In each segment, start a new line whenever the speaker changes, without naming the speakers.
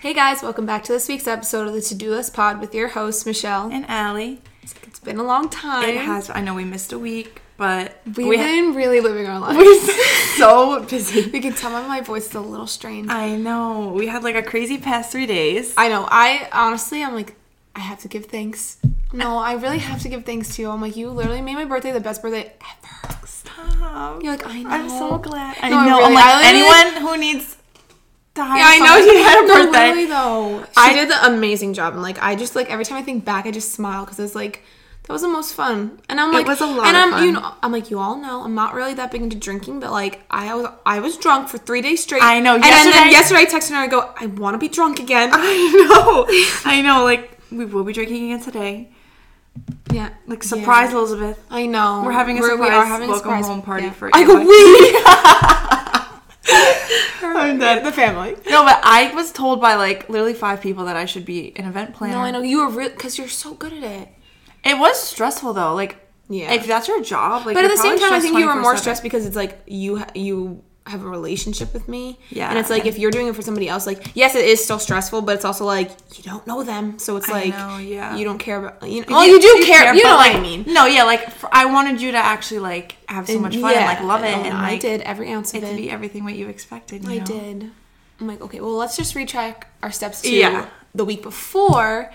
Hey guys, welcome back to this week's episode of the To Do List Pod with your host, Michelle.
And Allie.
It's been a long time.
It has, I know we missed a week, but
We've
we
been really living our lives.
we're so busy.
You can tell by my voice is a little strained. I,
I know. We had like a crazy past three days.
know. I honestly, I'm like, I have to give thanks. No, I really have to give thanks to you. I'm like, you literally made my birthday the best birthday ever.
Stop.
You're like, I know.
I'm so glad. I
No,
know.
really,
I'm like,
I literally-
anyone who needs to hire
Yeah, I know
someone-
she had a
No,
birthday.
literally.
though, she
I-
did the amazing job, and like I just like every time I think back, I just smile because it's like that was the most fun. And I'm
It
like,
was a lot
And
of
I'm you
fun.
know, I'm like you all know, I'm not really that big into drinking, but like I was I was drunk for three days straight.
I know,
And, then- then yesterday
yesterday-
I texted her, I go, I want to be drunk again.
I know. I know. Like, we will be drinking again today.
yeah,
Like, surprise,
Yeah.
Elizabeth.
I know.
We're having a
We are
surprise
having
welcome
a surprise
home party
yeah.
for
I
you,
go
like-
we.
I'm dead.
The family.
No, but I was told by like literally five people that I should be an event planner.
No, I know you are real because you're so good at it.
It was stressful though. Like,
Yeah.
if that's your job, like,
But at
you're
the same
probably
time, I think you were more
24/7.
stressed because it's like you ha- you have a relationship with me,
Yeah.
And it's like if you're doing it for somebody else, like yes, it is still stressful, but it's also like you don't know them, so it's
I
like
know, yeah.
you don't care about you know.
Oh,
Well, you, do care, you
but,
know what I
like,
mean.
No, yeah, like f I I wanted you to actually like have so much fun
Yeah,
and like love it,
no,
and
no, I
like,
did every ounce
It
of
to
it.
be everything what you expected. You
I
know?
did. I'm like, okay, well, let's just retrack our steps to
Yeah.
the week before.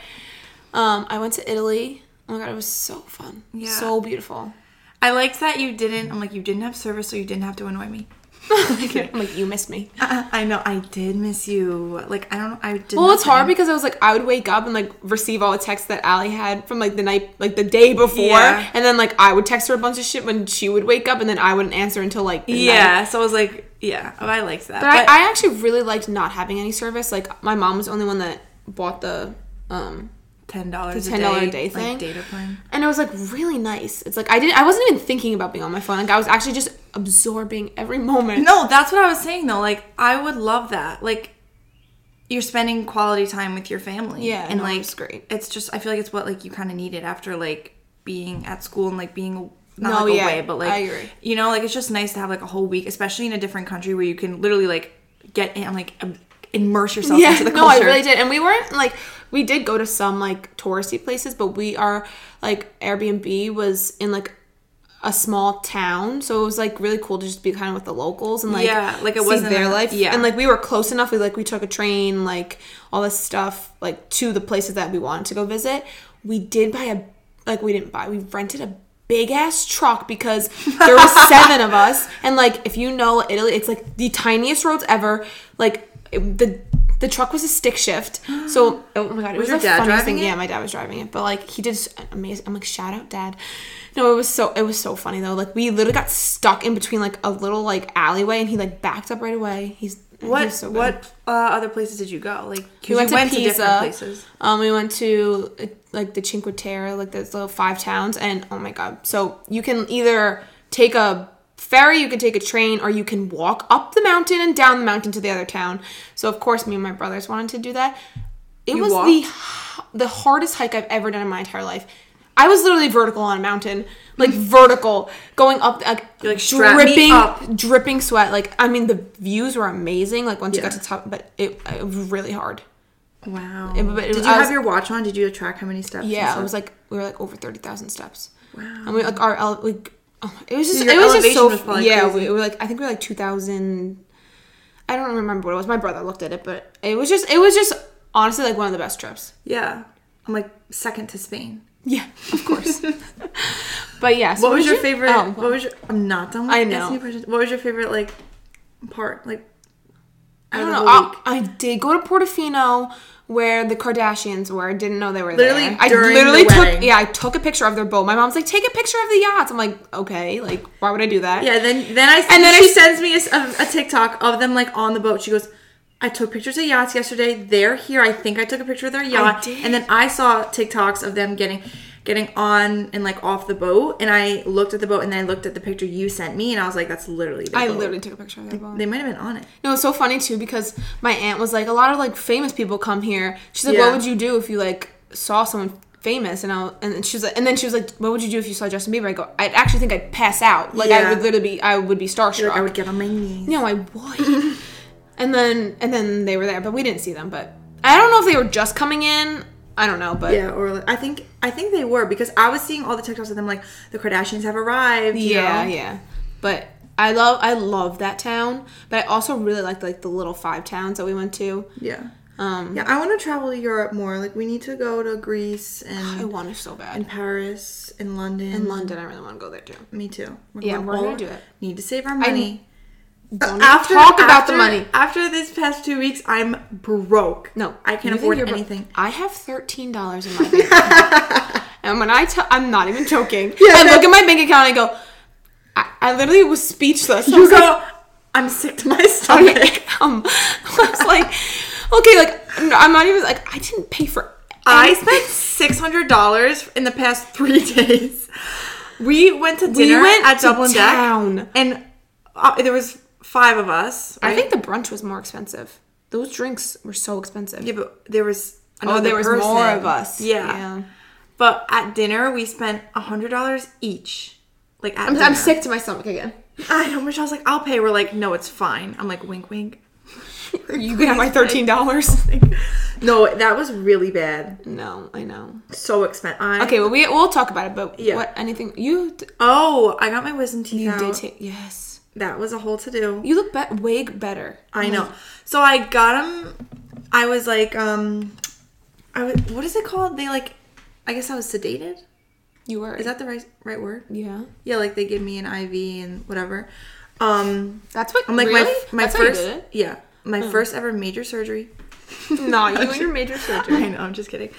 Um, I went to Italy. Oh my god, it was so fun.
Yeah.
So beautiful.
I liked that you didn't. I'm like, you didn't have service, so you didn't have to annoy me.
I'm like, you missed me.
Uh, I know. I did miss you. Like, I don't. I did.
Well,
not
it's hard
plan-
because I was like, I would wake up and like receive all the texts that Allie had from like the night, like the day before,
Yeah.
and then like I would text her a bunch of shit when she would wake up, and then I wouldn't answer until like the night.
Yeah. So I was like, yeah. Oh, I liked that.
But, I, I actually really liked not having any service. Like my mom was the only one that bought the, um,
ten dollars.
the $10 a day thing.
Like, data plan.
and it was like really nice. It's like I didn't, I wasn't even thinking about being on my phone. Like I was actually just absorbing every moment.
No, that's what I was saying though. Like, I would love that. Like, you're spending quality time with your family.
Yeah,
and
no,
like,
it's great.
It's just I feel like it's what like you kind of needed after like being at school and like being not
No,
like
yeah,
away, but like
I agree.
you know, like it's just nice to have like a whole week, especially in a different country where you can literally like get in, like im- immerse yourself into the
no,
culture.
I really did. And we weren't like we did go to some like touristy places, but we are like Airbnb was in like a small town, so it was like really cool to just be kind of with the locals and like
Yeah, like, it
see
wasn't
their
a-
life.
yeah.
and like we were close enough. We like we took a train, like all this stuff, like to the places that we wanted to go visit. We did buy a like we didn't buy. We rented a. Big ass truck because there were seven of us, and like if you know Italy, it's like the tiniest roads ever. Like it- the the truck was a stick shift. So oh my god, it was,
your
the
dad
funniest
driving
thing.
it?
Yeah, my dad was driving it, but like he did s- amazing. I'm like shout out dad. No, it was so it was so funny though. Like we literally got stuck in between like a little like alleyway, and he like backed up right away. He's he
What
was so good.
what uh, other places did you go? Like
We
'cause you
went, to
different
Pisa.
places.
Um, we went to uh, like the Cinque Terre, like those little five towns, and oh my god! So you can either take a ferry, you can take a train, or you can walk up the mountain and down the mountain to the other town. So of course, me and my brothers wanted to do that. It was
walked?
the h- the hardest hike I've ever done in my entire life. I was literally vertical on a mountain, like vertical, going up, like,
You're like, "Strap me up."
dripping sweat. Like I mean, the views were amazing. Like once you got to
Yeah.
the top, but it, it was really hard.
Wow.
It- but it-
did you
I was-
have your watch on? Did you track how many steps? and
Yeah, it
stuff?
was like we were like over thirty thousand steps. Wow. And we like our ele- like oh, it was just
your
it was just
elevation
so
was probably
yeah
crazy.
we were like I think we were like two thousand. I don't remember what it was. My brother looked at it, but it was just it was just honestly like one of the best trips.
Yeah. I'm like second to Spain.
Yeah, of course. but yeah, so
What was
did
your
you-
favorite?
Oh,
what was your? I'm not done. With
I
asking
know.
you questions. What was your favorite like part? Like
I
out
don't
of the
know.
whole
I,
week?
I did go to Portofino where the Kardashians were. I didn't know they were
Literally
there. I
during
literally
the
took
wedding.
yeah I took a picture of their boat. My mom's like take a picture of the yachts. I'm like okay like why would I do that?
Yeah. Then then I
And
and
then
then
I
she
s-
sends me a, s- a- a TikTok of them like on the boat. She goes. I took pictures of yachts yesterday. They're here. I think I took a picture of their yacht.
did.
And then I saw TikToks of them getting getting on and like off the boat. And I looked at the boat and then I looked at the picture you sent me and I was like, that's literally their
I
boat.
literally took a picture of their boat.
They might have been on it.
No, it's so funny too because my aunt was like, a lot of like famous people come here. She's like, what
Yeah.
would you do if you like saw someone famous? And I will and then she was like, and then she was like, what would you do if you saw Justin Bieber? I go, I actually think I'd pass out. Like I
Yeah.
would literally be, I would be starstruck.
Like I would get on my knees.
no, I would. and then and then they were there, but we didn't see them. But I I don't know if they were just coming in. I don't know, but
Yeah, or like, I think I think they were because I was seeing all the TikToks of them like the Kardashians have arrived. you
yeah,
know?
yeah. But I love I love that town, but I also really like like the little five towns that we went to.
yeah,
Um,
yeah. I want to travel to Europe more. Like we need to go to Greece
I
and
want to so bad.
and Paris and London.
In Mm. London, I really want to go there too.
Me too. We're
Yeah, we're
all-
gonna do it.
Need to save our money.
Don't even talk about the money.
After this past two weeks, I'm broke.
No,
I can't
you think
afford
you're bro-
anything.
I have thirteen dollars in my bank account, and when I tell, I'm not even joking.
Yeah,
I
no.
look at my bank account and I go, I, I literally was speechless. I
You
was like,
go. I'm sick to my stomach.
okay, um, I was like, okay, like I'm- I'm not even like I didn't pay for.
I
anything.
spent six hundred dollars in the past three days. We went to
We
dinner
went
at
to
Dublin
town.
Deck, and uh, there was five of us.
I
right?
think the brunch was more expensive. Those drinks were so expensive.
yeah, but there was
oh,
another
there was
person.
more of us.
Yeah. but at dinner we spent hundred dollars each. Like at
I'm,
dinner.
I'm sick to my stomach again.
I know Michelle's like, I'll pay. We're like, no, it's fine. I'm like, wink, wink.
You can have my thirteen dollars.
No, that was really bad.
no, I know.
So expensive. I,
Okay, well we we'll talk about it, but
Yeah.
what anything you d-
Oh, I got my wisdom teeth
you
out.
did take yes.
that was a whole to do.
You look be- way better.
I know. So I got him. I was like, um, I was, what is it called? They like, I guess I was sedated.
You were.
Is that the right right word?
yeah?
Yeah, like they give me an IV and whatever. Um,
That's what.
I'm like
really?
my my
That's how you
first
did it? Oh.
yeah my first ever major surgery.
No, you and your major surgery.
I know. I'm just kidding.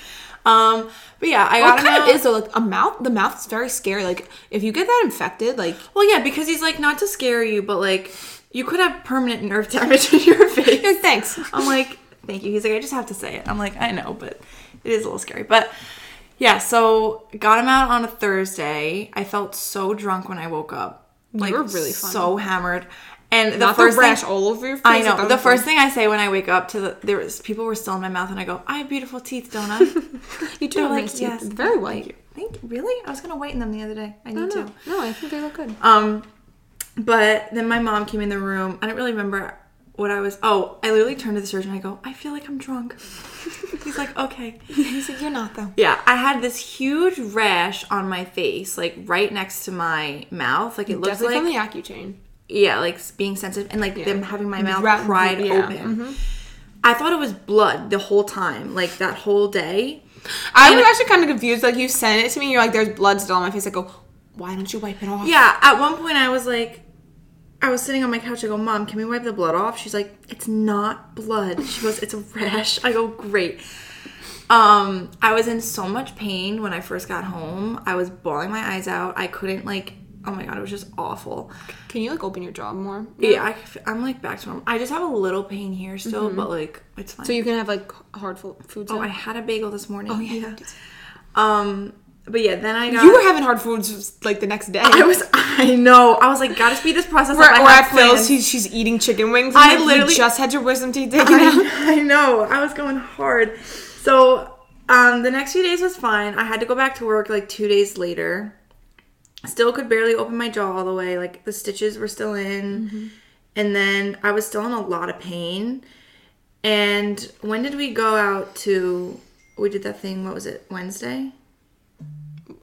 Um, but yeah, I
Well,
got
it
him
kind of
out.
is though. Like a mouth, the mouth is very scary. Like if you get that infected, like
well, yeah, because he's like not to scare you, but like you could have permanent nerve damage in your face.
yeah, thanks.
I'm like, thank you. He's like, I just have to say it. I'm like, I know, but it is a little scary. But yeah, so got him out on a Thursday. I felt so drunk when I woke up. Like,
were really funny.
so hammered. And the
Not the
first thing-
rash all over your face.
I
like,
know.
that
The
was
first thing I say when I wake up to the there was people were still in my mouth, and I go, "I have beautiful teeth, don't I?"
You do
They're
have
like,
nice teeth.
yes.
Very white.
Think really? I was gonna whiten them the other day. I need
No,
to.
no, no, I think they look good.
Um, but then my mom came in the room. I don't really remember what I was. Oh, I literally turned to the surgeon. I go, I feel like I'm drunk. He's like, okay.
He said, "You're not though."
Yeah, I had this huge rash on my face, like right next to my mouth. Like it looks
Definitely
like,
from the Accutane.
yeah, like being sensitive and like them having my mouth
Ra-
pried
yeah, Mm-hmm.
open. I thought it was blood the whole time, like that whole day.
I was actually kind of confused. Like you sent it to me, you're like, "There's blood still on my face." I go, "Why don't you wipe it off?"
Yeah, at one point I was like, I was sitting on my couch. I go, Mom, can we wipe the blood off? She's like, It's not blood. She goes, It's a rash. I go, Great. Um, I was in so much pain when I first got home. I was bawling my eyes out. I couldn't like, oh my god, it was just awful.
Can you like open your jaw more?
Yeah, I, f- I'm like back to normal. I just have a little pain here still, but like it's fine.
Mm-hmm. So you can have like hard fo- foods.
oh,
now?
I had a bagel this morning. Oh
yeah.
Um, but yeah, then I got.
You were having hard foods like the next day.
I was. I know. I was like, gotta speed this process
We're,
up. I
we're
have
at Phil's.
plans.
He's, she's eating chicken wings. I
I
literally
literally-
just had your wisdom teeth taken out.
I, I know. I was going hard. So um, the next few days was fine. I had to go back to work like two days later. Still could barely open my jaw all the way. Like the stitches were still in. And then I was still in a lot of pain. And when did we go out to? We did that thing. What was it? Wednesday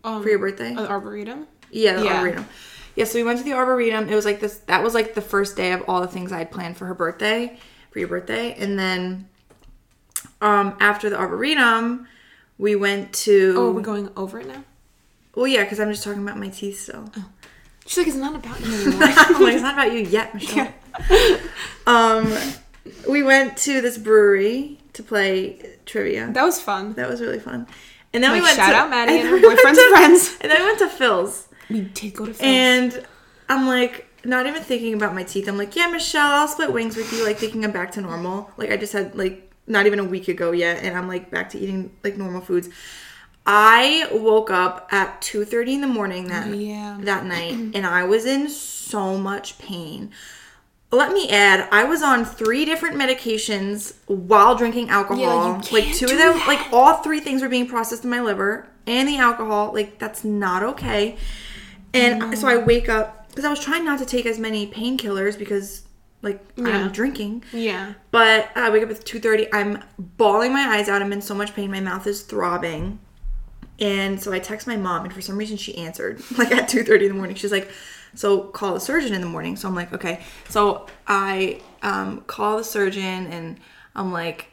Um,
for your birthday?
an arboretum.
Yeah, the
Yeah.
arboretum. Yeah, so we went to the arboretum. It was like this. That was like the first day of all the things I had planned for her birthday, for your birthday, and then um after the arboretum, we went to.
Oh, are we going over it now?
well, yeah, because I'm just talking about my teeth still.
She's like, it's not about you anymore.
I'm like, it's not about you yet, Michelle. Um, we went to this brewery to play trivia.
that was fun.
That was really fun. And then we
Like,
went
shout
to,
out Maddie and
then
her
we went
boyfriend's
to-
friends.
And then we went to Phil's.
We did go to Phil's.
And I'm like, not even thinking about my teeth. I'm like, yeah, Michelle, I'll split wings with you. Like thinking I'm back to normal. Like I just had like not even a week ago yet, and I'm like back to eating like normal foods. I woke up at 2:30 in the morning that
yeah.
that night, and I was in so much pain. Let me add, I was on three different medications while drinking alcohol. like
can't
two
do
of them,
that.
like all three things were being processed in my liver and the alcohol. Like that's not
Mm.
okay. And so I wake up because I was trying not to take as many painkillers because Like
Yeah.
I'm drinking.
Yeah.
But I wake up at 2:30. I'm bawling my eyes out. I'm in so much pain. My mouth is throbbing. And so I text my mom, and for some reason she answered like at 2:30 in the morning. She's like, "So call the surgeon in the morning." So I'm like, "Okay." So I um, call the surgeon, and I'm like,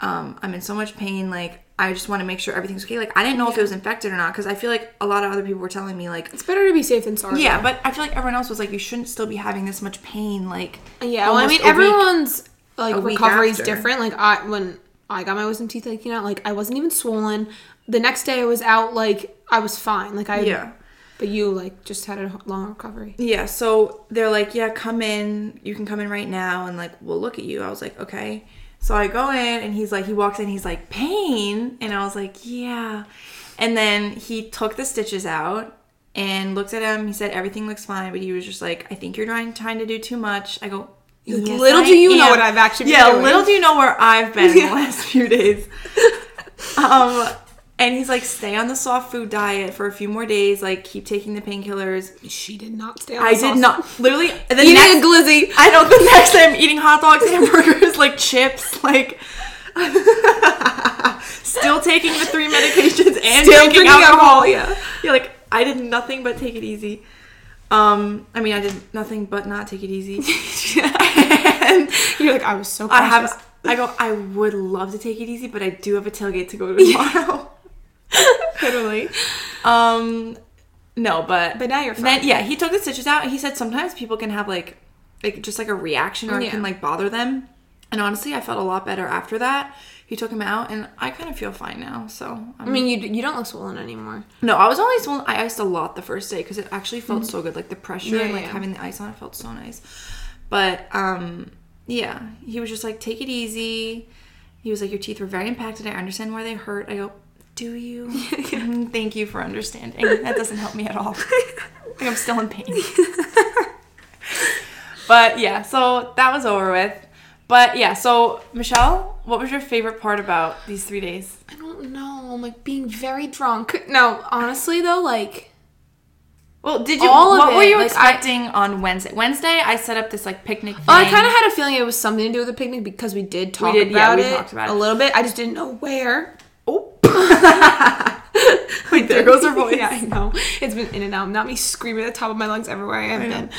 um, "I'm in so much pain. Like, I just want to make sure everything's okay." Like, I didn't know if it was infected or not because I feel like a lot of other people were telling me like,
It's better to be safe than sorry.
"Yeah," but I feel like everyone else was like, "You shouldn't still be having this much pain." Like,
Yeah. Well, I
almost
mean,
a week
everyone's like
a week
recovery is
after.
different. Like I when I got my wisdom teeth taken out, like I wasn't even swollen. The next day I was out like I was fine. Like I
Yeah.
But you like just had a long recovery.
Yeah, so they're like, yeah, come in. You can come in right now, and like we'll look at you. I was like, okay. So I go in, and he's like, he walks in, he's like, pain, and I was like, yeah. And then he took the stitches out and looked at him. He said everything looks fine, but he was just like, I think you're trying trying to do too much. I go. "Yes,
Little do you know
am."
what I've actually been
yeah.
doing.
Little do you know where I've been the last few days. um, and he's like, stay on the soft food diet for a few more days. Like, keep taking the painkillers.
She did not stay. On
I
the
did
sauce.
not. Literally, the
Eating
next,
a glizzy.
I know the next day I'm eating hot dogs, hamburgers, like chips, like. still taking the three medications and
Still
drinking
drinking
alcohol.
alcohol, yeah.
yeah, like I did nothing but take it easy. Um, I mean, I did nothing but not take it easy. and
You're like I was so. Cautious.
I have. I go. I would love to take it easy, but I do have a tailgate to go to tomorrow.
literally.
Um, no, but
But now you're
Then,
fine.
yeah, he took the stitches out. and He said sometimes people can have like, like just like a reaction or it
Yeah.
can like bother them. And honestly, I felt a lot better after that. He took him out, and I kind of feel fine now. So
I mean, you you don't look swollen anymore.
no, I was only swollen. I iced a lot the first day because it actually felt so good. Like the pressure
Mm. Yeah,
and like
yeah.
having the ice on it felt so nice. But um, yeah, he was just like, take it easy. He was like, your teeth were very impacted. I understand why they hurt. I go, do you? Mm, Thank you for understanding. That doesn't help me at all. like, I'm still in pain. but yeah, so that was over with. But yeah, so Michelle, what was your favorite part about these three days?
I don't know. I'm like being very drunk. No, honestly though, like
Well, did you?
All of
what were
it.
you
Like, I-
expecting on Wednesday? Wednesday, I set up this like picnic. Thing.
Well, Oh, I kind of had a feeling it was something to do with the picnic because we did talk
did, yeah,
about
we
it
talked about it.
a little bit. I just didn't know where.
Oh. Wait, there goes her voice.
yeah, I know. It's been in and out. Not me screaming at the top of my lungs everywhere I have been.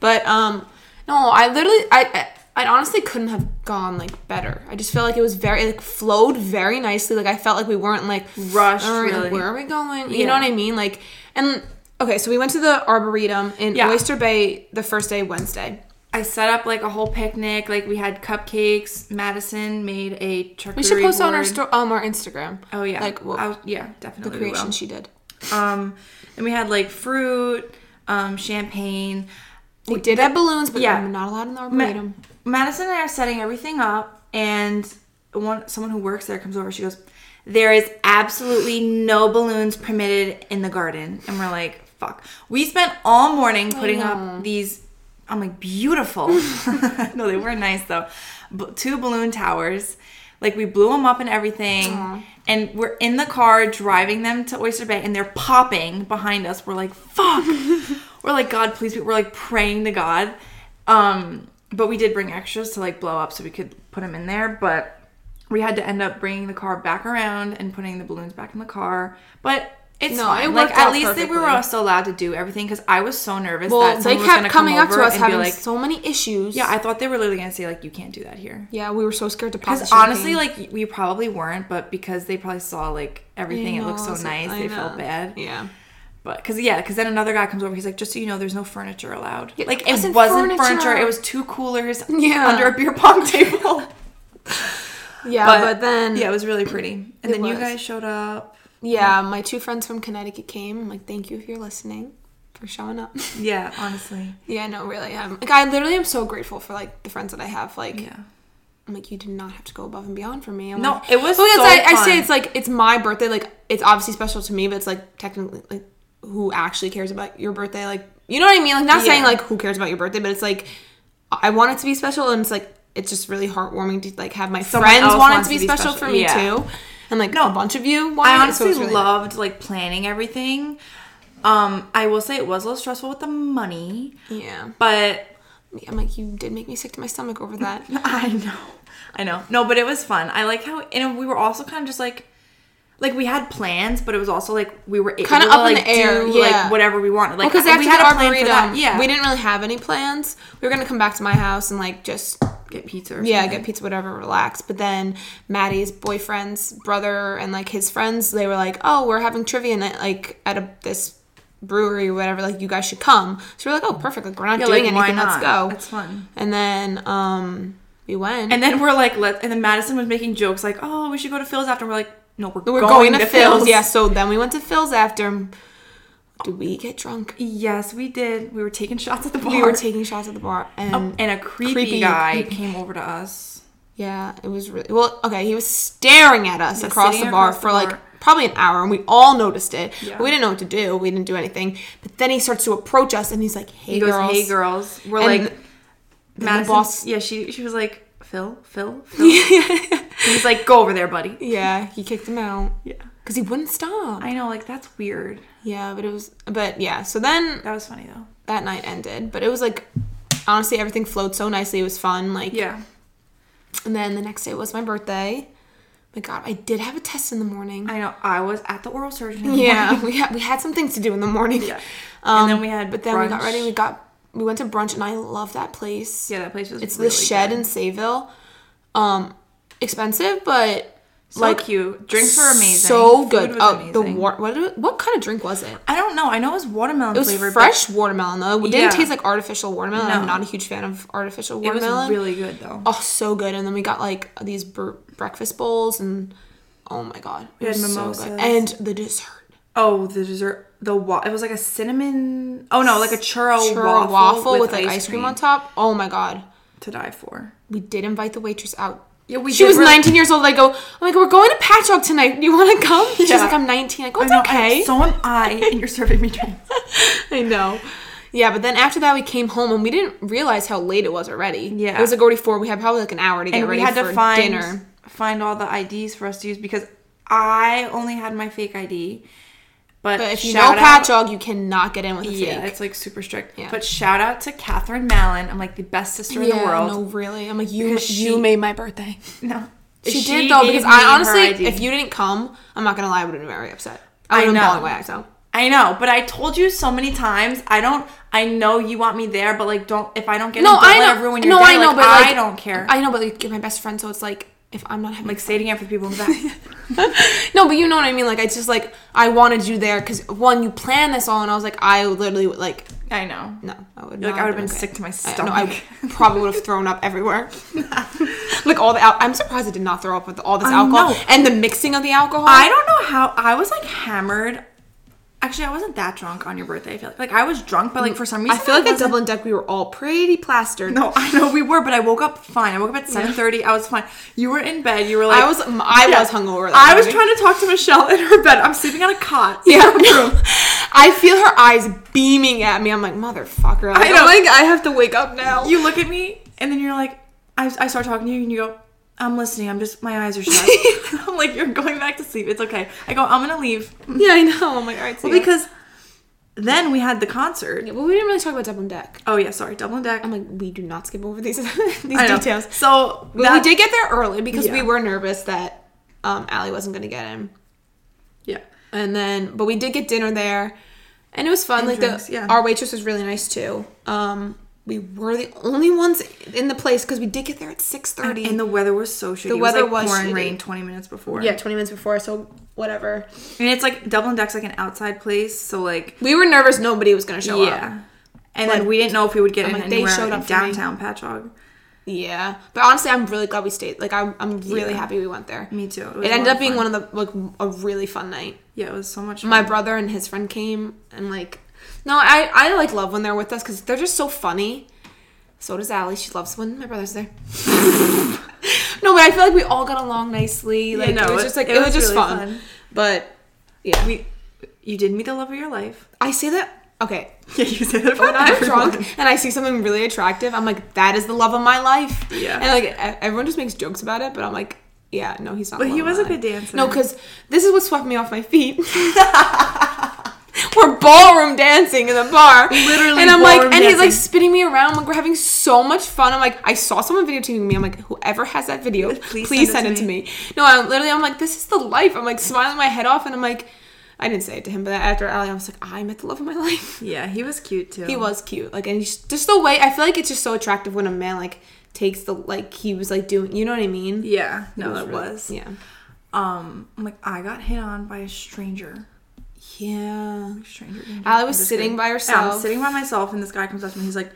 But um, no, I literally, I, I, I honestly couldn't have gone like better. I just felt like it was very, it like, flowed very nicely. Like I felt like we weren't like
Rushed,
"All right,
really.
Where are we going? You
Yeah.
know what I mean? Like, and okay, so we went to the arboretum in
Yeah.
Oyster Bay the first day, Wednesday.
I set up like a whole picnic. Like we had cupcakes. Madison made a charcuterie
We should post on our
board.
sto- um our Instagram.
Oh yeah,
like what
I was- yeah, definitely
the
we will.
creation she did.
Um, and we had like fruit, um, champagne.
We did have balloons, but
Yeah.
yeah, we're not allowed in the
Ma-
arboretum.
Madison and I are setting everything up, and one someone who works there comes over. She goes, "There is absolutely no balloons permitted in the garden," and we're like, "Fuck!" We spent all morning putting up these. I'm like, beautiful. no, they were nice though. B- two balloon towers. Like we blew them up and everything, and we're in the car driving them to Oyster Bay, and they're popping behind us. We're like, "Fuck!" we're like, "God, please!" We're like praying to God. Um, but we did bring extras to like blow up so we could put them in there, but we had to end up bringing the car back around and putting the balloons back in the car. But it's
No,
fine.
it
like
worked
at
out
least that we were
perfectly.
also allowed to do everything because I was so nervous
Well,
that
they
someone was
kept
gonna
coming
come
up to
over
us
and be
having
like,
so many issues.
yeah, I thought they were literally gonna say like you can't do that here.
yeah, we were so scared to pop.
Because honestly, like we probably weren't, but because they probably saw like everything, it looked so nice, they felt bad.
Yeah,
But because yeah, because then another guy comes over. He's like, just so you know, there's no furniture allowed.
Yeah,
like
it
it
wasn't
wasn't,
furniture.
furniture. It was two coolers
Yeah.
under a beer pong table.
yeah, but,
But-
then
yeah, it
yeah.
was really pretty. And then you
was.
guys showed up.
my two friends from Connecticut came. I'm like, thank you if you're listening for showing up.
Yeah, honestly.
yeah, no, really, I'm like, I literally am so grateful for like the friends that I have. Like,
Yeah.
I'm like, you did not have to go above and beyond for me. I'm
No,
like,
it was
Well, it's
so
like- I say
fun.
it's like it's my birthday. Like it's obviously special to me, but it's like technically like who actually cares about your birthday? Like you know what I mean? Like not saying
Yeah.
like who cares about your birthday, but it's like I want it to be special, and it's like it's just really heartwarming to like have my
Someone
friends
else
want it
wants
to be, special, for me
Yeah.
too, and like
No,
a bunch of you. Want
I
it, so
honestly
it's really nice.
loved like planning everything. Um, I will say it was a little stressful with the money,
Yeah,
but
I'm like, you did make me sick to my stomach over that.
I know. I know. No, but it was fun. I like how and we were also kind of just like like we had plans, but it was also like we were able
Kinda
to
up in
like
the air,
do
yeah.
like whatever we wanted. Like
Because
we
after
had
the
a plan for that.
arboretum,
Yeah.
we didn't really have any plans. We were gonna come back to my house and like just
get pizza or
yeah,
something.
get pizza, whatever, relax. But then Maddie's boyfriend's brother and like his friends, they were like, "Oh, we're having trivia night like at a this brewery or whatever. Like you guys should come." So we're like, "Oh, perfect! Like we're not
Yeah,
doing
like, why
anything. Let's
not?
go.
It's fun.
And then um we went.
And then we're like let and then Madison was making jokes like, "Oh, we should go to Phil's after." And we're like, "No, we're,
we're
going, to
Phil's.
Phil's."
Yeah. So then we went to Phil's after. Did we get drunk?
Yes, we did. We were taking shots at the bar.
We were taking shots at the bar, and
and a creepy,
Creepy,
guy
creepy.
came over to us.
Yeah, it was really well. Okay, he was staring at us across the
sitting
bar
across the
for
bar.
like probably an hour, and we all noticed it.
Yeah.
We didn't know what to do. We didn't do anything. But then he starts to approach us, and he's like, "Hey,
He goes,
girls."
"Hey, girls." We're
And
like,
then the
Madison.
boss-
Yeah, she she was like, "Phil, Phil, Phil." He's like, "Go over there, buddy."
Yeah, he kicked him out
Yeah.
because he wouldn't stop.
I know, like that's weird.
yeah, but it was. But yeah, so then
That was funny though.
that night ended. But it was like, honestly, everything flowed so nicely. It was fun. Like,
Yeah.
And then the next day was my birthday. My God, I did have a test in the morning.
I know. I was at the oral surgeon. in the morning.
yeah, we had we had some things to do in the morning.
Yeah.
Um,
and then we had
But then we got
brunch.
ready. We got we went to brunch, and I love that place.
Yeah, that place was
it's
really
the shed
good.
in Sayville. Um, expensive, but
so
like
cute. Drinks were amazing.
So
Food
good.
was
oh, the
amazing.
war- what did- what kind of drink was it?
I don't know. I know it was watermelon
It was
flavored. but
fresh watermelon though. It didn't
Yeah.
taste like artificial watermelon.
No.
I'm not a huge fan of artificial
It was
watermelon.
really good though.
oh, so good. And then we got like these br- breakfast bowls, and oh my god, it
We had
was so
mimosas.
good. And the dessert.
Oh, the dessert. The wa- It was like a cinnamon. Oh no, like a churro,
Churro
waffle,
waffle, with, like ice cream on top. Oh my god.
to die for.
we did invite the waitress out.
Yeah, we
she
did.
was
We're like-
19 years old. I go, I'm like, we're going to Patchogue tonight. Do you want to come? She's
Yeah.
like, I'm 19. I go,
I
it's
know,
okay.
I- so am I, and you're serving me drinks.
I know. Yeah, but then after that, we came home and we didn't realize how late it was already.
Yeah.
it was like already four. We had probably like an hour to get
And we
ready
had
for
to find
dinner.
find all the IDs for us to use because I only had my fake ID. But,
But if you
shout
know
out,
Patchogue, you cannot get in with a
yeah,
fake.
it's like super strict.
Yeah.
But shout out to Catherine Mallon. I'm like the best sister in the world.
no, really. I'm like, you,
Because
you
she-
made my birthday.
No.
She, did though,
gave
because
me
I
her
honestly,
ID.
if you didn't come, I'm not gonna lie, I would have been very upset.
I
I would have
know.
been blown away. So
I know, but I told you so many times. I don't. I know you want me there, but like, don't. If I don't get,
No,
in, don't
I
let
know.
it ruin your
no,
day.
I know,
Like,
but like,
I don't care.
I know, but like, you're my best friend, so it's like if I'm not having
like say it again for the people in the back.
no, but you know what I mean. Like, it's just like I wanted you there because one, you planned this all, and I was like, I literally would like
I know.
no, I would
You're
not
like, I
have
would've been sick to my
I, no, I
stomach.
probably would have thrown up everywhere. like all the, al- I'm surprised I did not throw up with all this
I
alcohol
know.
and the mixing of the alcohol.
I don't know how. I was like hammered. Actually, I wasn't that drunk on your birthday. I feel like, like I was drunk, but like for some reason,
I feel like at
wasn't-
Dublin Deck we were all pretty plastered.
No, I know we were, but I woke up fine. I woke up at seven thirty. I was fine. You were in bed. You were like
I was I
Yeah.
was hungover. That
I was
morning.
trying to talk to Michelle in her bed. I'm sleeping on a cot.
Yeah.
in her room.
I feel her eyes beaming at me. I'm like, motherfucker. Like,
I know.
I'm like, I have to wake up now.
you look at me and then you're like I, I start talking to you and you go i'm listening i'm just my eyes are shut i'm like you're going back to sleep it's okay i go i'm gonna leave
yeah, I know. I'm like, all right, see
well,
ya.
because then we had the concert
Yeah, but we didn't really talk about Dublin Deck.
oh yeah sorry double deck
I'm like, we do not skip over these
I
these
know.
details.
so
But we did get there early because we
Yeah.
were nervous that um, Allie wasn't going to get in,
yeah
and then but we did get dinner there, and it was fun.
And
like
drinks,
the
yeah.
our waitress was really nice too. Um, we were the only ones in the place because we did get there at six thirty.
and the weather was so shitty the
weather
weather was,
was
pouring
shitty.
rain 20 minutes before
yeah, twenty minutes before, so whatever.
and it's like double deck's like an outside place so like
We were nervous nobody was going to show up.
yeah and then we didn't know if we would get in
like, they
anywhere
showed
in
up for me.
downtown Patchogue.
Yeah, but honestly, I'm really glad we stayed. Like, I'm, I'm really
Yeah.
happy we went there.
Me too. It, was
It
a
ended
lot
up being
fun.
one of the like a really fun night.
Yeah, it was so much fun.
My brother and his friend came, and like, no, I I like love when they're with us because they're just so funny. So does Allie. She loves when my brother's there. no, but I feel like we all got along nicely. Like
no,
it was
it-
just like
it
it, was,
was
just
really
fun.
fun.
But yeah,
we, you did meet the love of your life. Oh,
I say that. Okay,
Yeah, you say that
when I'm
everyone.
drunk and I see something really attractive, I'm like, that is the love of my life.
Yeah.
And like e- everyone just makes jokes about it, but I'm like, yeah, no, he's not.
But
the
he
love of
was
my
a good
life.
dancer.
No, because this is what swept me off my feet. we're ballroom dancing in the bar.
Literally
And I'm like,
ballroom
and he's like
dancing.
spinning me around. Like we're having so much fun. I'm like, I saw someone videotaping me. I'm like, whoever has that video, please,
Please
send, it to me. No, I'm literally, I'm like, this is the life. I'm like smiling my head off, and I'm like, I didn't say it to him, but after Ali, I was like, I met the love of my life.
Yeah, he was cute too.
He was cute. Like, and he's just the way I feel like it's just so attractive when a man like takes the like he was like doing. You know what I mean?
Yeah, no, it
really-
was.
Yeah.
Um, I'm like, I got hit on by a stranger.
Yeah.
Stranger. danger.
Allie was
I'm just
sitting
kidding.
by
Yeah,
herself.
I'm sitting by myself, and this guy comes up to me. He's like,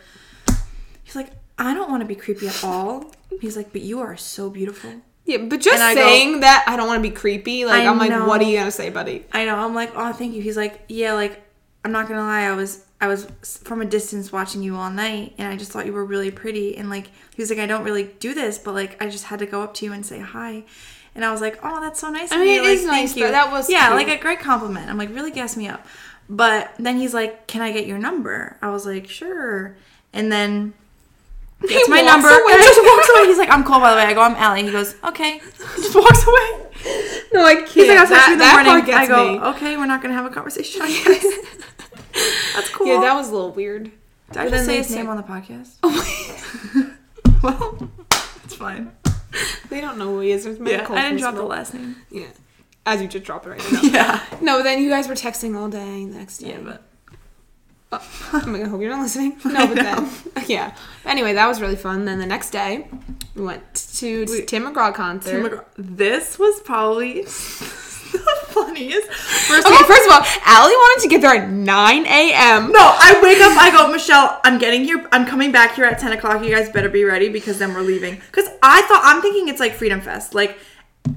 he's like, I don't want to be creepy at all. He's like, but you are so beautiful.
Yeah, but just
And I go-
saying that I don't want to be creepy. Like
I
I'm like,
know.
what are you gonna say, buddy?
I know. I'm like, oh, thank you. He's like, yeah, like, I'm not gonna lie. I was, I was from a distance watching you all night, and I just thought you were really pretty. And like, he was like, I don't really do this, but like, I just had to go up to you and say hi. And I was like, oh, that's so nice.
I
of
mean,
you.
it
like,
is
thank
nice, though. That was
yeah,
cute.
like a great compliment. I'm like, really gas me up. But then he's like, can I get your number? I was like, sure. And then
He
it's my
walks
number.
away.
And he just walks away. He's like, I'm cool, by the way. I go, I'm Allie. He goes, okay. He just walks away.
No, I can't.
He's like, I'll talk to
that,
you in the
that
morning.
part gets
I go, "Oh."
me.
okay, we're not gonna have a conversation. I guess. That's cool.
Yeah, that was a little weird.
Did I
but
just
then
say
they
his
say-
name on the podcast?
well,
It's fine.
they don't know who he is. There's many
Yeah,
cultures,
I didn't drop the
but-
last name.
Yeah, as you just dropped it right now.
Yeah.
no, then you guys were texting all day the next day.
Yeah, but
Oh my god, I hope you're not listening. No, but then, yeah. Anyway, that was really fun. Then the next day, we went to
We-
Tim McGraw concert.
Tim McGraw. This was probably the funniest. First of
okay,
all,
first of all, Allie wanted to get there at 9 a.m.
no, I wake up, I go, Michelle, I'm getting here, I'm coming back here at 10 o'clock. You guys better be ready because then we're leaving. Because I thought, I'm thinking it's like Freedom Fest. Like,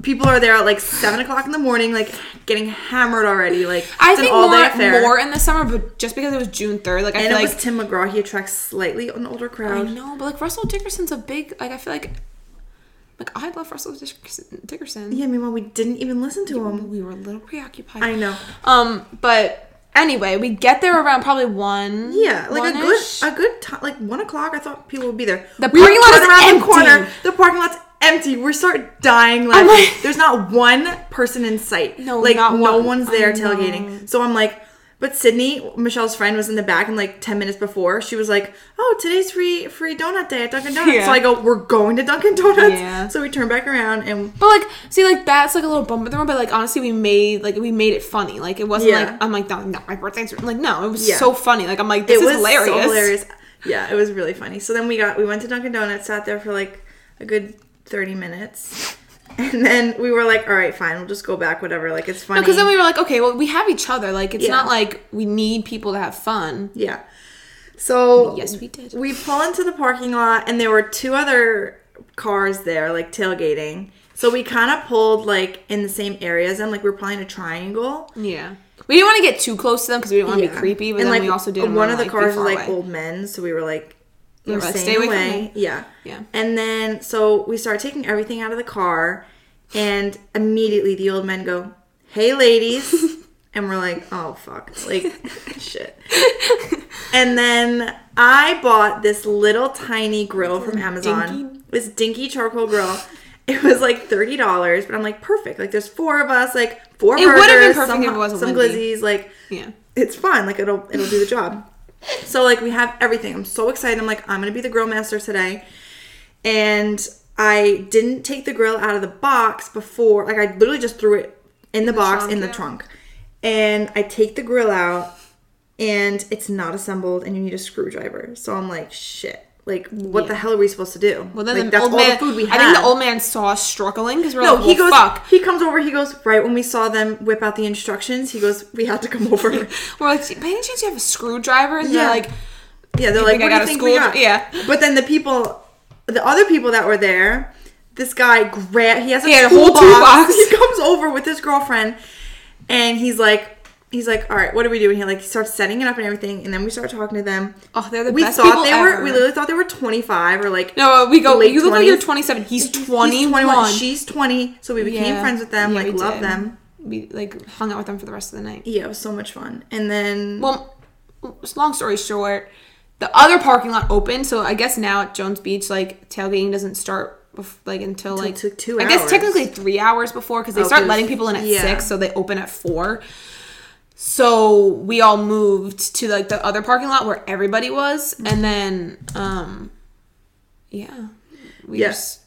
people are there at like 7 o'clock in the morning, like getting hammered already. Like,
I
it's an
think
all-day
more,
affair.
more in the summer, but just because it was June 3rd, like, I
And
feel
it
like.
was Tim McGraw. He attracts slightly an older
I
crowd.
know, but like Russell Dickerson's a big like I feel like like I love Russell Dickerson. Dickerson.
Yeah, meanwhile, we didn't even listen to him.
We were a little preoccupied.
I know.
Um, but anyway, we get there around probably one.
Yeah, like a good
one-ish.
a good time, like one o'clock. I thought people would be there.
The
We were
parking lot
turning
is empty.
The parking lot's empty. We start dying
I'm
laughing.
like-
There's not one person in sight.
No,
like
not
no
one.
one's
I
there
know.
tailgating. So I'm like, but Sydney, Michelle's friend, was in the back, and like ten minutes before, she was like, "Oh, today's free free donut day at Dunkin' Donuts."
Yeah.
So I go, "We're going to Dunkin' Donuts."
Yeah.
So we turn back around and
But like, see, like that's like a little bump in the road. But like, honestly, we made like we made it funny. Like it wasn't
Yeah.
like I'm like no, no my birthday's like no, it was
Yeah.
so funny. Like I'm like this
it
is
was
hilarious.
so hilarious. Yeah, it was really funny. So then we got we went to Dunkin' Donuts, sat there for like a good thirty minutes, and then we were like, "All right, fine, we'll just go back. Whatever. Like it's funny."
Because then we were like, okay, well we have each other. Like it's
Yeah.
not like we need people to have fun.
yeah. So
Yes, we did.
We pull into the parking lot, and there were two other cars there, like tailgating. So we kind of pulled like in the same areas, and like we were playing a triangle.
Yeah. We didn't want to get too close to them because we didn't want to be creepy, but
and
then
like
we also didn't.
One
wanna,
of the
like, be
cars
far
was like
away.
old men, so we were like,
We
we
were
were
like,
staying
stay away
away.
from them.
Yeah,
Yeah.
And then so we start taking everything out of the car, and immediately the old men go, "Hey, ladies," and we're like, "Oh fuck, like shit." And then I bought this little tiny grill from Amazon.
dinky?
This dinky charcoal grill. It was like thirty dollars, but I'm like perfect. Like there's four of us, like four
It
burgers,
would've been perfect
some,
if it wasn't
some
Wendy.
glizzies, like
Yeah.
it's fun. Like it'll it'll do the job. So like we have everything. I'm so excited. I'm like I'm gonna be the grill master today, and I didn't take the grill out of the box before. Like I literally just threw it in the, box
trunk,
in the
yeah.
trunk, and I take the grill out, and it's not assembled, and you need a screwdriver. So I'm like shit. Like what the hell are we supposed to do?
Well, then
like,
the old man. I think the old man saw us struggling because we're
no,
like,
he
well,
goes.
fuck.
He comes over. He goes right when we saw them whip out the instructions. He goes, "We had to come over."
We're like, by any chance you have a screwdriver? And they're
Yeah.
like,
Yeah, they're
You
like,
think I
what do
got a
you think we
school
got?
dr- yeah.
But then the people, the other people that were there, this guy grab. He has a,
He had a whole
toolbox.
toolbox.
He comes over with his girlfriend, and he's like, he's like, all right, what are we doing here? Like, he starts setting it up and everything, and then we start talking to them.
oh, they're the
we
best
thought
people
they
ever.
were. We literally thought they were twenty five or like.
no, uh, we go.
late
You look like you're
20s.
27. He's
He's
21.
She's twenty. So we became
Yeah.
friends with them.
Yeah, we
like, love
did.
them.
We like hung out with them for the rest of the night.
Yeah, it was so much fun. And then
Well, long story short, the other parking lot opened, so I guess now at Jones Beach, like tailgating doesn't start bef- like until like
t- two
I guess
hours.
technically three hours before because they
Oh,
start
'cause-
letting people in at
yeah.
six, so they open at four. So we all moved to like the other parking lot where everybody was,
Mm-hmm.
and then um, yeah, we
Yeah.
just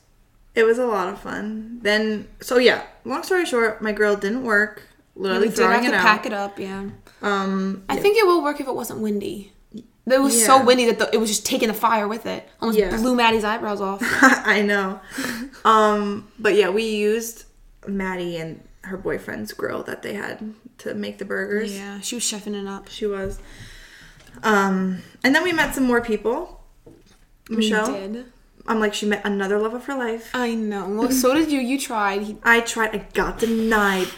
It was a lot of fun. Then, so yeah. Long story short, my grill didn't work. Literally
we did have
throwing
to
it out.
pack it up. Yeah,
Um,
I think it will work if it wasn't windy. It was so
Yeah.
windy that the, it was just taking the fire with it. Almost
Yeah.
blew Maddie's eyebrows off.
I know. um, but yeah, we used Maddie and her boyfriend's grill that they had to make the burgers.
yeah, she was chefing it up.
She was. Um, and then we met some more people. Michelle,
We did.
I'm like she met another love of her life.
I know. Well, so did you. You tried. He,
I tried. I got denied.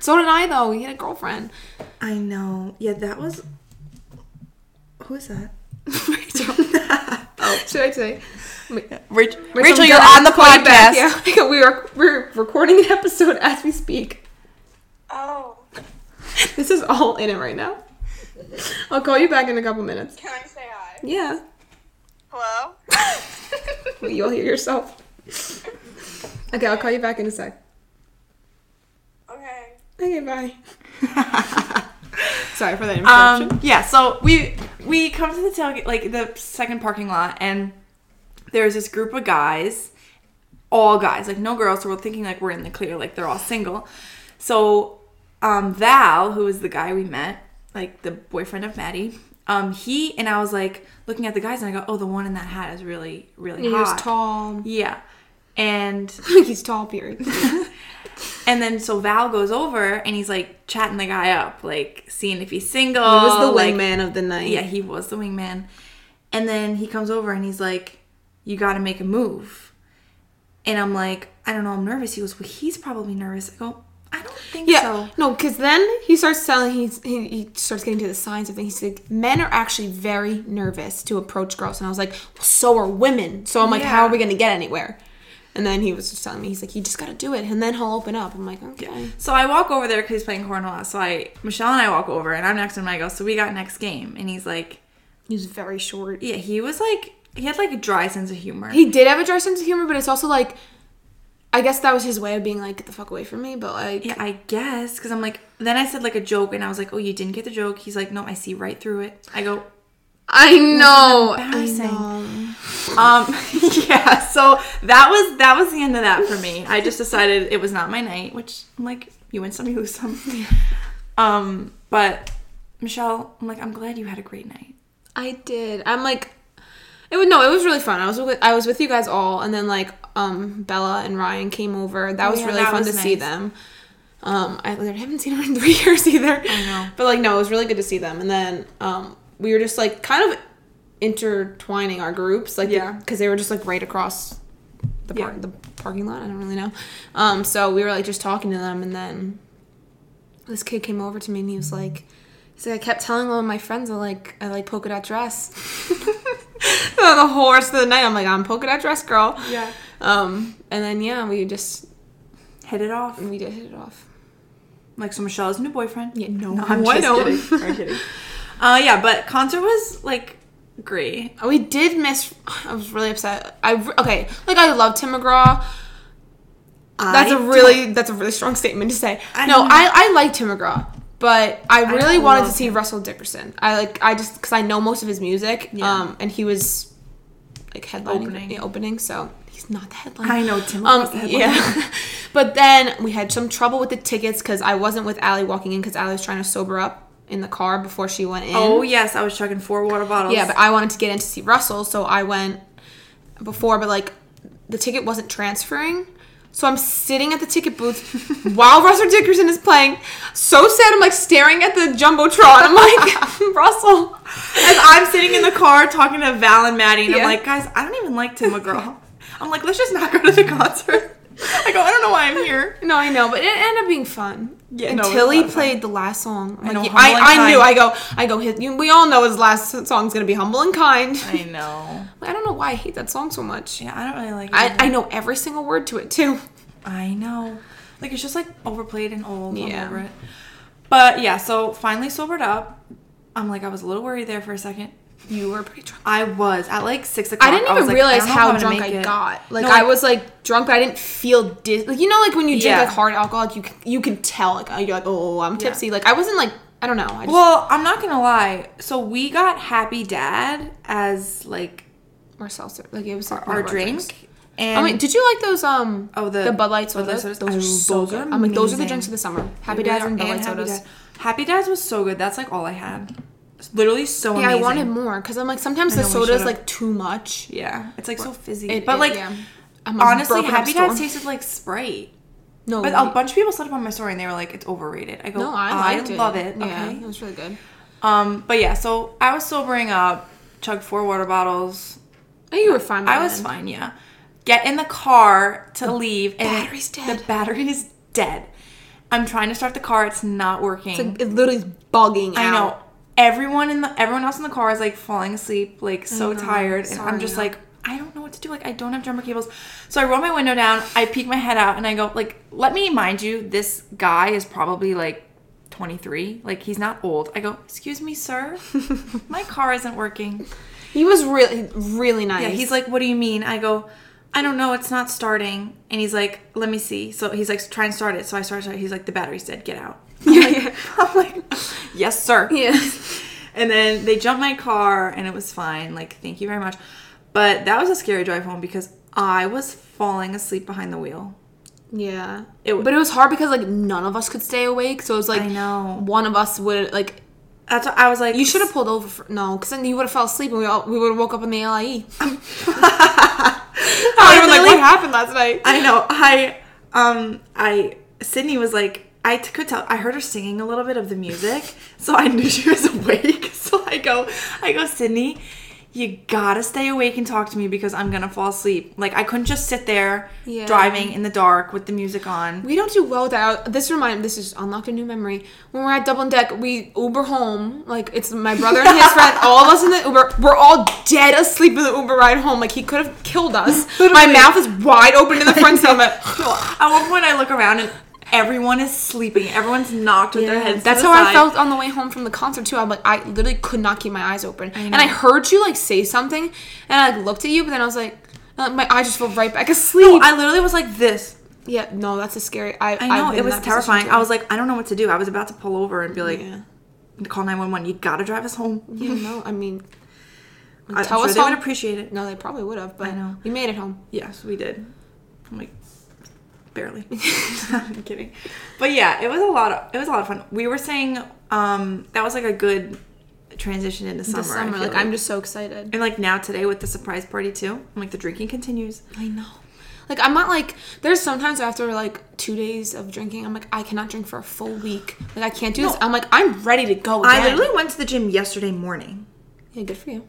so did I, though. He had a girlfriend.
I know. Yeah, that was. Who is that?
Rachel. oh, should I say? Rachel,
Rich.
Rachel you're on the podcast. Yeah, we are. We're recording an episode as we speak.
Oh,
This is all in it right now. I'll call you back in a couple minutes.
can I say hi?
Yeah,
Hello?
you'll hear yourself. Okay, I'll call you back in a sec.
Okay.
Okay, bye. Sorry for that interruption.
Um, yeah, so we we come to the tailgate, like the second parking lot, and there's this group of guys, all guys, like no girls. So we're thinking like we're in the clear, like they're all single. So um, Val, who is the guy we met, like the boyfriend of Maddie, um, he and I was like looking at the guys, and I go, oh, the one in that hat is really really
he
hot.
was tall.
Yeah, and
He's tall, period.
and then so Val goes over and he's like chatting the guy up, like seeing if he's single.
he was the
Oh, like,
wingman of the night.
Yeah, he was the wingman. And then he comes over and he's like, You gotta make a move. And I'm like, I don't know, I'm nervous. He goes, Well, he's probably nervous. I go, I don't think
Yeah,
so.
no, because then he starts telling he's, he he starts getting to the signs of things. He's like, men are actually very nervous to approach girls, and I was like, well, so are women. So I'm like, how
Yeah.
are we gonna get anywhere? And then he was just telling me, he's like, you just gotta do it, and then he'll open up. I'm like, okay,
So I walk over there because he's playing cornhole. So I, Michelle and I walk over and I'm next to him and I go, So we got next game. And he's like,
he's very short.
Yeah, he was like, he had like a dry sense of humor.
He did have a dry sense of humor, but it's also like, I guess that was his way of being like, get the fuck away from me. But like,
yeah, I guess. Because I'm like, then I said like a joke and I was like, Oh, you didn't get the joke. He's like, No, I see right through it. I go,
I know,
embarrassing.
I know.
Um, yeah, so that was that was the end of that for me. I just decided it was not my night, which I'm like, you win some, you lose some. Um, but Michelle, I'm like, I'm glad you had a great night.
I did. I'm like, it was no, it was really fun. I was with, I was with you guys all, and then like um Bella and Ryan came over. That was
Oh, yeah,
really
that
fun
was
to see
nice.
them. Um, I, I haven't seen them in three years either.
I know.
but like no, it was really good to see them. And then um we were just like kind of intertwining our groups, like
Yeah.
because they were just like right across the par-
Yeah.
the parking lot. I don't really know. Um, so we were like just talking to them, and then this kid came over to me and he was like, he's like, I kept telling all my friends I like I like polka dot dress. So the whole rest of the night, I'm like, I'm polka dot dress girl.
Yeah.
Um, and then yeah, we just
Hit it off.
we did hit it off.
Like, so Michelle's new boyfriend.
Yeah, no,
No, I'm just kidding. I'm kidding. Uh, yeah, but concert was like great.
We did miss. I was really upset. I okay, like I love Tim McGraw. That's
a
a really that's a really strong statement to say.
I
no,
don't-
I I like Tim McGraw, but I really
don't
wanted to
love
see Russell Dickerson. I like I just because I know most of his music,
Yeah.
um, and he was like headlining
Opening.
yeah, opening, so he's not the headline.
I know, Tim
Um,
was the headline.
yeah, but then we had some trouble with the tickets because I wasn't with Allie walking in because Allie was trying to sober up in the car before she went in.
Oh yes, I was chugging four water bottles.
Yeah, but I wanted to get in to see Russell, so I went before, but like the ticket wasn't transferring. So I'm sitting at the ticket booth while Russell Dickerson is playing. So sad, I'm like staring at the Jumbotron. I'm like, Russell.
As I'm sitting in the car talking to Val and Maddie, and
Yeah.
I'm like, guys, I don't even like Tim McGraw. I'm like, let's just not go to the concert. I go, I don't know why I'm here.
No, I know, but it ended up being fun.
Yeah, no, it was
Until
a
he
lot of fun.
played the last song. I'm
know,
like, yeah,
Humble
I,
and
I knew. I
Kind.
go, I go, his, you- we all know his last song's gonna be Humble and Kind.
I know.
I don't know why I hate that song so much.
Yeah, I don't really like it.
I, I know every single word to it too.
I know. Like it's just like overplayed and old.
Yeah.
I'm over it. But yeah, so finally sobered up. I'm like, I was a little worried there for a second.
You were pretty drunk.
I was at like six o'clock.
I didn't
was
even
like,
realize
don't know
how
if I'm
drunk
gonna
I
make it.
got. Like
No,
I was like drunk, but I didn't feel dis- like you know like when you drink
Yeah.
like hard alcohol, like, you c- you can tell like oh, you're like oh I'm tipsy. Like I wasn't like I I don't know. I just,
Well, I'm not gonna lie. So we got Happy Dad as like
or seltzer. Like it was like one
our
of
drink, and
I mean, Oh, did you like those? Um,
Oh,
oh
the-
the, Bud Light sodas.
Bud Light sodas?
Those
I-
are so
those
good.
are
I'm like, those are the
amazing.
drinks of the summer. Happy
They
Dads
are-
and Bud Light
Happy
sodas.
Dad. Happy Dads was so good. That's like all I had. It's literally so
Yeah,
amazing.
I wanted more because I'm like sometimes the
know, we
soda's
should've-
like too much.
Yeah, it's like so fizzy.
It-
but
it-
like
yeah. I'm a
honestly,
broken up
Happy Dads
storm.
tasted like Sprite.
no,
But
we-
a bunch of people said up on my story and they were like, "It's overrated." I go,
No, I
I,
liked it.
love it.
Yeah,
Okay.
it was really good.
Um, but yeah, so I was sobering up, chugged four water bottles.
I think you were fine. by
I was
then.
fine, yeah. Get in the car to leave, and
battery's dead.
The battery is dead. I'm trying to start the car; it's not working.
It's like it literally is bugging
I
out.
know everyone in the everyone else in the car is like falling asleep, like so
know.
tired, and
Mm-hmm.
I'm
Sorry,
just
yeah.
like I don't know what to do. Like I don't have jumper cables, so I roll my window down. I peek my head out, and I go like, let me mind you, this guy is probably like 23. Like he's not old. I go, excuse me, sir, my car isn't working.
He was really, really nice.
Yeah, he's like, what do you mean? I go, I don't know, it's not starting. And he's like, let me see. So he's like, try and start it. So I start, start- he's like, the battery's dead, get out.
yeah, yeah.
I'm like, yes, sir.
Yeah.
And then they jumped my car and it was fine. Like, thank you very much. But that was a scary drive home because I was falling asleep behind the wheel.
Yeah.
It w-
but it was hard because like none of us could stay awake, so it was like
I know.
one of us would like
That's what I was like.
you should have pulled over for no, because then you would have fell asleep and we all we would have woke up in the E. LIE.
I
Like,
literally-
what happened last night?
I know. I um I Sydney was like I t- could tell I heard her singing a little bit of the music, so I knew she was awake. So I go I go Sydney, you gotta stay awake and talk to me because I'm gonna fall asleep. Like I couldn't just sit there
Yeah.
driving in the dark with the music on.
We don't do well without this. Remind this is unlocked a new memory. When we're at Dublin Deck, we Uber home. Like it's my brother and his friend. All of us in the Uber. We're all dead asleep in the Uber ride home. Like he could have killed us. my mouth is wide open to the front seat. I'm like,
At one point, I look around and everyone is sleeping. Everyone's knocked with their
Yeah,
heads. to
That's
the
how I
side.
felt on the way home from the concert too. I'm like, I literally could not keep my eyes open, and
know.
I heard you like say something, and I like looked at you, but then I was like, uh, my I just fell right back asleep.
I literally was like this.
yeah, no, that's a scary. I
I know
I've been
it
in
was
that position,
terrifying.
too.
I was like, I don't know what to do. I was about to pull over and be like,
yeah,
call nine one one. You gotta drive us home.
yeah, no, I mean,
I'm
tell
sure
us
they would
home.
appreciate it.
no, they probably would have, but
I know.
we made it home.
Yes, we did. I'm like barely. I'm kidding. But yeah, it was a lot of it was a lot of fun. We were saying um that was like a good transition into summer.
This summer,
I feel
like, I'm just so excited.
and like now today with the surprise party too. I'm like the drinking continues.
I know. Like I'm not like there's sometimes after like two days of drinking, I'm like I cannot drink for a full week. Like I can't do this.
No.
I'm like I'm ready to go. Again.
I literally went to the gym yesterday morning.
yeah, good for you.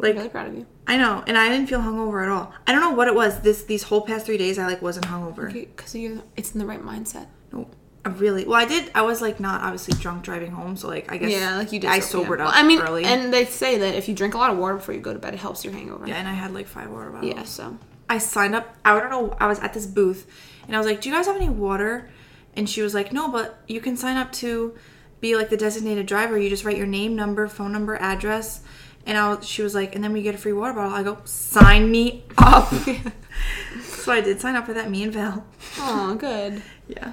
Like
Really proud of you.
I know, and I didn't feel hungover at all. I don't know what it was. This these whole past three days, I like wasn't hungover.
because you it's in the right mindset.
No, I really. Well, I did. I was like not obviously drunk driving home, so like I guess
Yeah, like you did.
I
so- yeah.
sobered
Well,
up.
I mean,
early.
and they say that if you drink a lot of water before you go to bed, it helps your hangover.
Yeah, and I had like five water bottles.
Yeah, so
I signed up. I don't know. I was at this booth, and I was like, "Do you guys have any water?" And she was like, "No, but you can sign up to be like the designated driver. You just write your name, number, phone number, address." And I was, she was like, "And then we get a free water bottle." I go, "Sign me up." so I did sign up for that. Me and Val.
oh, good.
Yeah.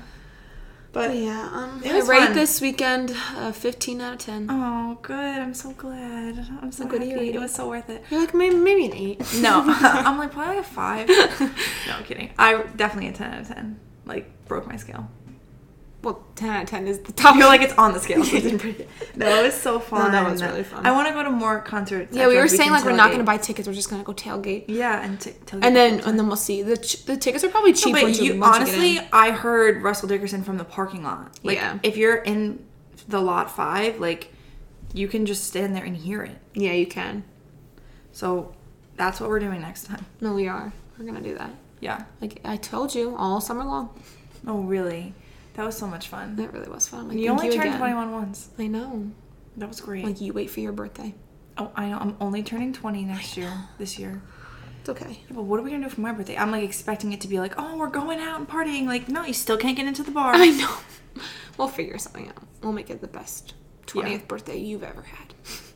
But
Yeah, um,
It
I
was
rate
fun.
this weekend a 15 out of 10.
oh, good. I'm so glad. I'm so
good
happy.
you rated.
It was so worth it.
You're like maybe maybe an eight.
No, I'm like probably a five. No, I'm kidding. I definitely a ten out of ten. Like broke my scale.
Well, 10 out of 10 is the top.
I feel like it's on the scale. so it's pretty- no, it was so fun.
that was really fun.
I want to go to more concerts.
yeah, we
after
were saying
can
like we're not
tailgate.
gonna buy tickets. We're just gonna go tailgate,
Yeah, and t- tailgate.
and then and then we'll see. the ch- The tickets are probably
No,
cheap.
but
once
you
once get
honestly,
in.
I heard Russell Dickerson from the parking lot. Like,
Yeah.
if you're in the lot five, like you can just stand there and hear it.
yeah, you can.
So that's what we're doing next time.
No, we are. We're gonna do that.
Yeah.
Like I told you all summer long.
Oh, really? That was so much fun.
That really was fun. I'm Like,
You
thank
only turned
again.
21 once.
I know.
That was great.
Like you wait for your birthday.
oh, I know. I'm only turning 20 next year, this year.
It's okay.
Yeah, but what are we gonna do for my birthday? I'm like expecting it to be like, oh, we're going out and partying. Like, no, you still can't get into the bar.
I know. We'll figure something out. We'll make it the best 20th
Yeah.
birthday you've ever had.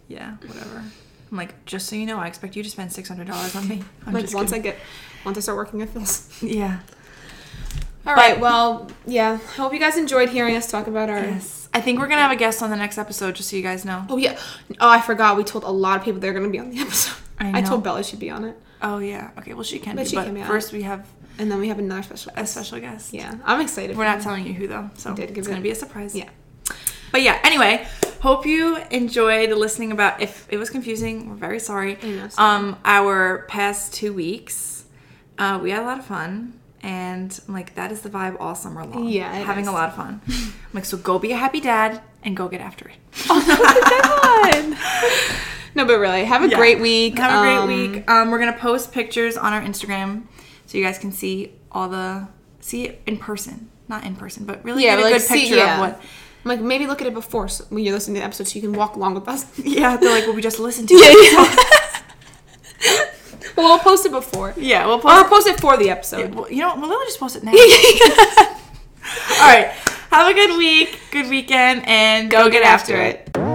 Yeah, whatever. I'm like, just so you know, I expect you to spend six hundred dollars on me. I'm
like
just
once I
kidding.
get once I start working at Phil's.
Yeah.
All right. Well, yeah. Hope you guys enjoyed hearing us talk about our
Yes. I think we're gonna have a guest on the next episode, just so you guys know.
Oh yeah. Oh, I forgot. We told a lot of people they're gonna be on the episode.
I
I,
know.
told Bella she'd be on it,
Oh yeah. Okay. Well, she can.
But
be,
she
but
can be on
first, we have
and then we have another special.
a
guest.
special guest.
Yeah, I'm excited.
We're not telling you who though, so
did give
it's gonna
it-
be a surprise.
Yeah.
But yeah. Anyway, hope you enjoyed listening about. If it was confusing, we're very sorry.
I know, sorry.
Um, our past two weeks, uh, we had a lot of fun, and I'm like that is the vibe all summer long.
Yeah, it
having
is.
a lot of fun. I'm like, so go be a happy dad and go get after it.
Oh, no, but really, have a
Yeah.
great week.
Have a
Um,
great week. Um, we're gonna post pictures on our Instagram so you guys can see all the see it in person, not in person, but really
Yeah,
get a
like
good
see,
picture
yeah.
of what.
I'm like maybe look at it before so when you're listening to the episode, so you can walk along with us.
Yeah, they're like, well, we just listened to.
Yeah,
it.
yeah. well, we'll post it before,
yeah. We'll
or
post.
post it for the episode.
well, you know, what, well, we'll just post it now. all right. Have a good week, good weekend, and go, get, after it.
it.